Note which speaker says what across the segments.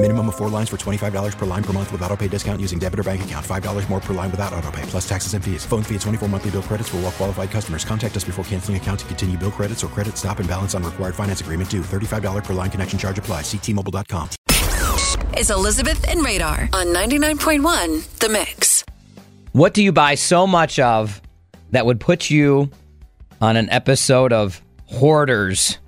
Speaker 1: Minimum of four lines for $25 per line per month with auto pay discount using debit or bank account. $5 more per line without auto pay, plus taxes and fees. Phone fee at 24 monthly bill credits for all well qualified customers. Contact us before canceling account to continue bill credits or credit stop and balance on required finance agreement due. $35 per line connection charge applies. Ctmobile.com.
Speaker 2: It's Elizabeth and Radar on 99.1 The Mix.
Speaker 3: What do you buy so much of that would put you on an episode of Hoarders?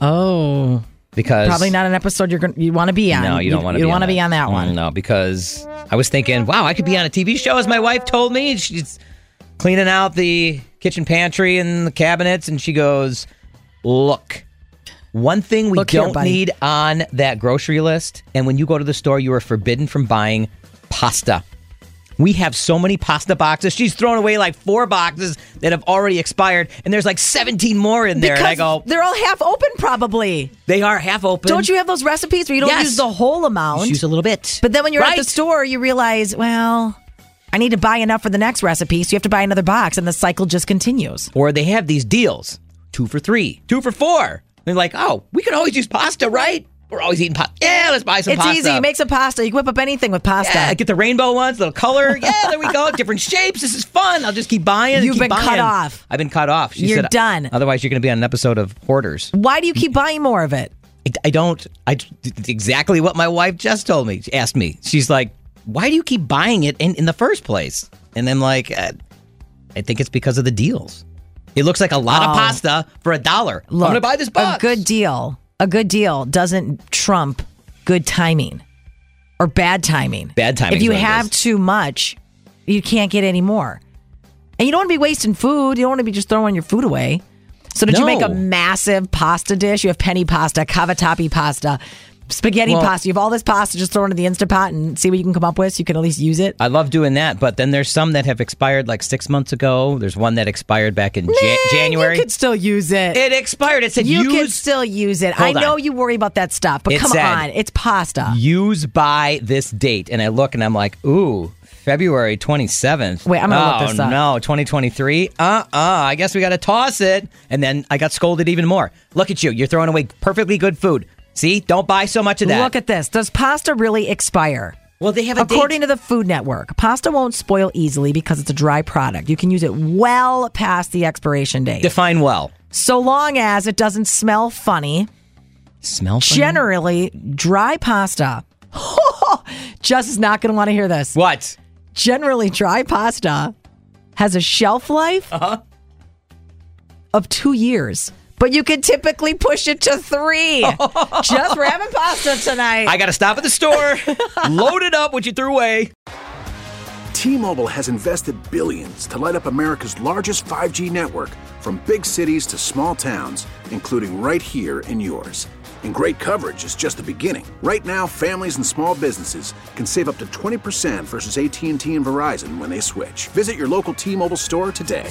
Speaker 4: Oh,
Speaker 3: Because
Speaker 4: probably not an episode you're gonna you want to be on.
Speaker 3: No, you don't want to.
Speaker 4: You
Speaker 3: be
Speaker 4: want
Speaker 3: on
Speaker 4: to be on that
Speaker 3: Mm,
Speaker 4: one.
Speaker 3: No, because I was thinking, wow, I could be on a TV show, as my wife told me. She's cleaning out the kitchen pantry and the cabinets, and she goes, "Look, one thing we
Speaker 4: Look here,
Speaker 3: don't
Speaker 4: buddy."
Speaker 3: need on that grocery list, and when you go to the store, you are forbidden from buying pasta." We have so many pasta boxes. She's thrown away like four boxes that have already expired, and there's like 17 more in there.
Speaker 4: Because
Speaker 3: and I go,
Speaker 4: they're all half open, probably.
Speaker 3: they are half open.
Speaker 4: Don't you have those recipes where you don't
Speaker 3: Yes.
Speaker 4: use the whole amount?
Speaker 3: Just use a little bit?
Speaker 4: But then when you're at the
Speaker 3: Right.
Speaker 4: store, you realize, well, I need to buy enough for the next recipe, so you have to buy another box, and the cycle just continues.
Speaker 3: or they have these deals two for three, two for four. And they're like, oh, we can always use pasta, right? We're always eating pasta. Yeah, let's buy some
Speaker 4: it's
Speaker 3: pasta.
Speaker 4: easy. You make some pasta. You can whip up anything with pasta.
Speaker 3: yeah, get the rainbow ones, little color. Yeah, there we go. Different shapes. This is fun. I'll just keep buying. and
Speaker 4: You've
Speaker 3: keep
Speaker 4: been cut
Speaker 3: buying.
Speaker 4: off.
Speaker 3: I've been cut off. She
Speaker 4: You're
Speaker 3: said,
Speaker 4: done.
Speaker 3: Otherwise, you're going to be on an episode of Hoarders.
Speaker 4: Why do you keep buying more of it?
Speaker 3: I, I don't. I it's exactly what my wife just told me. She asked me. She's like, "Why do you keep buying it in, in the first place?" And I'm like, uh, "I think it's because of the deals. It looks like a lot
Speaker 4: Oh.
Speaker 3: of pasta for a dollar. I'm
Speaker 4: Look,
Speaker 3: gonna buy this box.
Speaker 4: A good deal. A good deal doesn't trump good timing or bad timing.
Speaker 3: Bad timing
Speaker 4: If
Speaker 3: is
Speaker 4: you
Speaker 3: what it
Speaker 4: have
Speaker 3: is.
Speaker 4: too much, you can't get any more. And you don't want to be wasting food. You don't want to be just throwing your food away. So did you make a
Speaker 3: No.
Speaker 4: massive pasta dish? You have penny pasta, cavatappi pasta, spaghetti
Speaker 3: Well-
Speaker 4: pasta. You have all this pasta. Just throw it into the instant pot and see what you can come up with. So you can at least use it.
Speaker 3: I love doing that, but then there's some that have expired like six months ago. There's one that expired back in
Speaker 4: Nah,
Speaker 3: ja- January.
Speaker 4: You could still use it.
Speaker 3: it expired. It said
Speaker 4: you
Speaker 3: use
Speaker 4: can still use it. I
Speaker 3: Hold on.
Speaker 4: know you worry about that stuff, but
Speaker 3: It
Speaker 4: come
Speaker 3: said-
Speaker 4: on, it's pasta.
Speaker 3: use by this date. And I look and I'm like, ooh, February 27th.
Speaker 4: Wait, I'm gonna
Speaker 3: oh,
Speaker 4: look this up.
Speaker 3: no, 2023. Uh-uh, I guess we got to toss it. And then I got scolded even more. Look at you. You're throwing away perfectly good food. See, don't buy so much of that.
Speaker 4: Look at this. Does pasta really expire?
Speaker 3: well, they have a
Speaker 4: According
Speaker 3: date.
Speaker 4: to the Food Network, pasta won't spoil easily because it's a dry product. You can use it well past the expiration date.
Speaker 3: Define well.
Speaker 4: so long as it doesn't smell funny.
Speaker 3: Smell funny?
Speaker 4: Generally, dry pasta. Jess is not going to want to hear this.
Speaker 3: What?
Speaker 4: Generally, dry pasta has a shelf life
Speaker 3: Uh-huh.
Speaker 4: of two years, but you can typically push it to three. Just we're having pasta tonight.
Speaker 3: I got to stop at the store, load it up, what you threw away.
Speaker 5: T-Mobile has invested billions to light up America's largest 5G network from big cities to small towns, including right here in yours. And great coverage is just the beginning. Right now, families and small businesses can save up to 20% versus AT&T and Verizon when they switch. Visit your local T-Mobile store today.